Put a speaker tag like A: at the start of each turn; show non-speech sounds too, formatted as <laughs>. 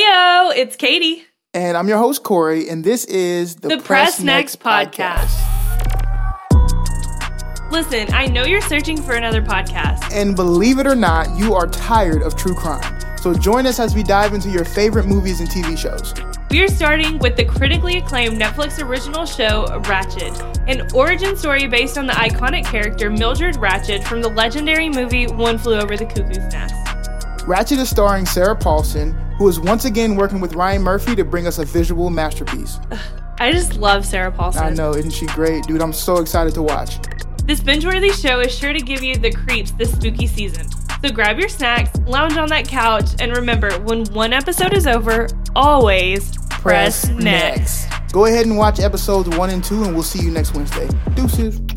A: it's Katie.
B: And I'm your host, Corey, and this is the,
A: The, Press, Next, podcast. Listen, I know you're searching for another podcast.
B: And believe it or not, you are tired of true crime. So join us as we dive into your favorite movies and TV shows.
A: We are starting with the critically acclaimed Netflix original show Ratchet, an origin story based on the iconic character Mildred Ratchet from the legendary movie One Flew Over the Cuckoo's Nest.
B: Ratchet is starring Sarah Paulson, who is once again working with Ryan Murphy to bring us a visual masterpiece.
A: I just love Sarah Paulson. <laughs>
B: I know, isn't she great? Dude, I'm so excited to watch.
A: This binge worthy show is sure to give you the creeps this spooky season. So grab your snacks, lounge on that couch, and remember when one episode is over, always press, next.
B: Go ahead and watch episodes one and two, and we'll see you next Wednesday. Deuces.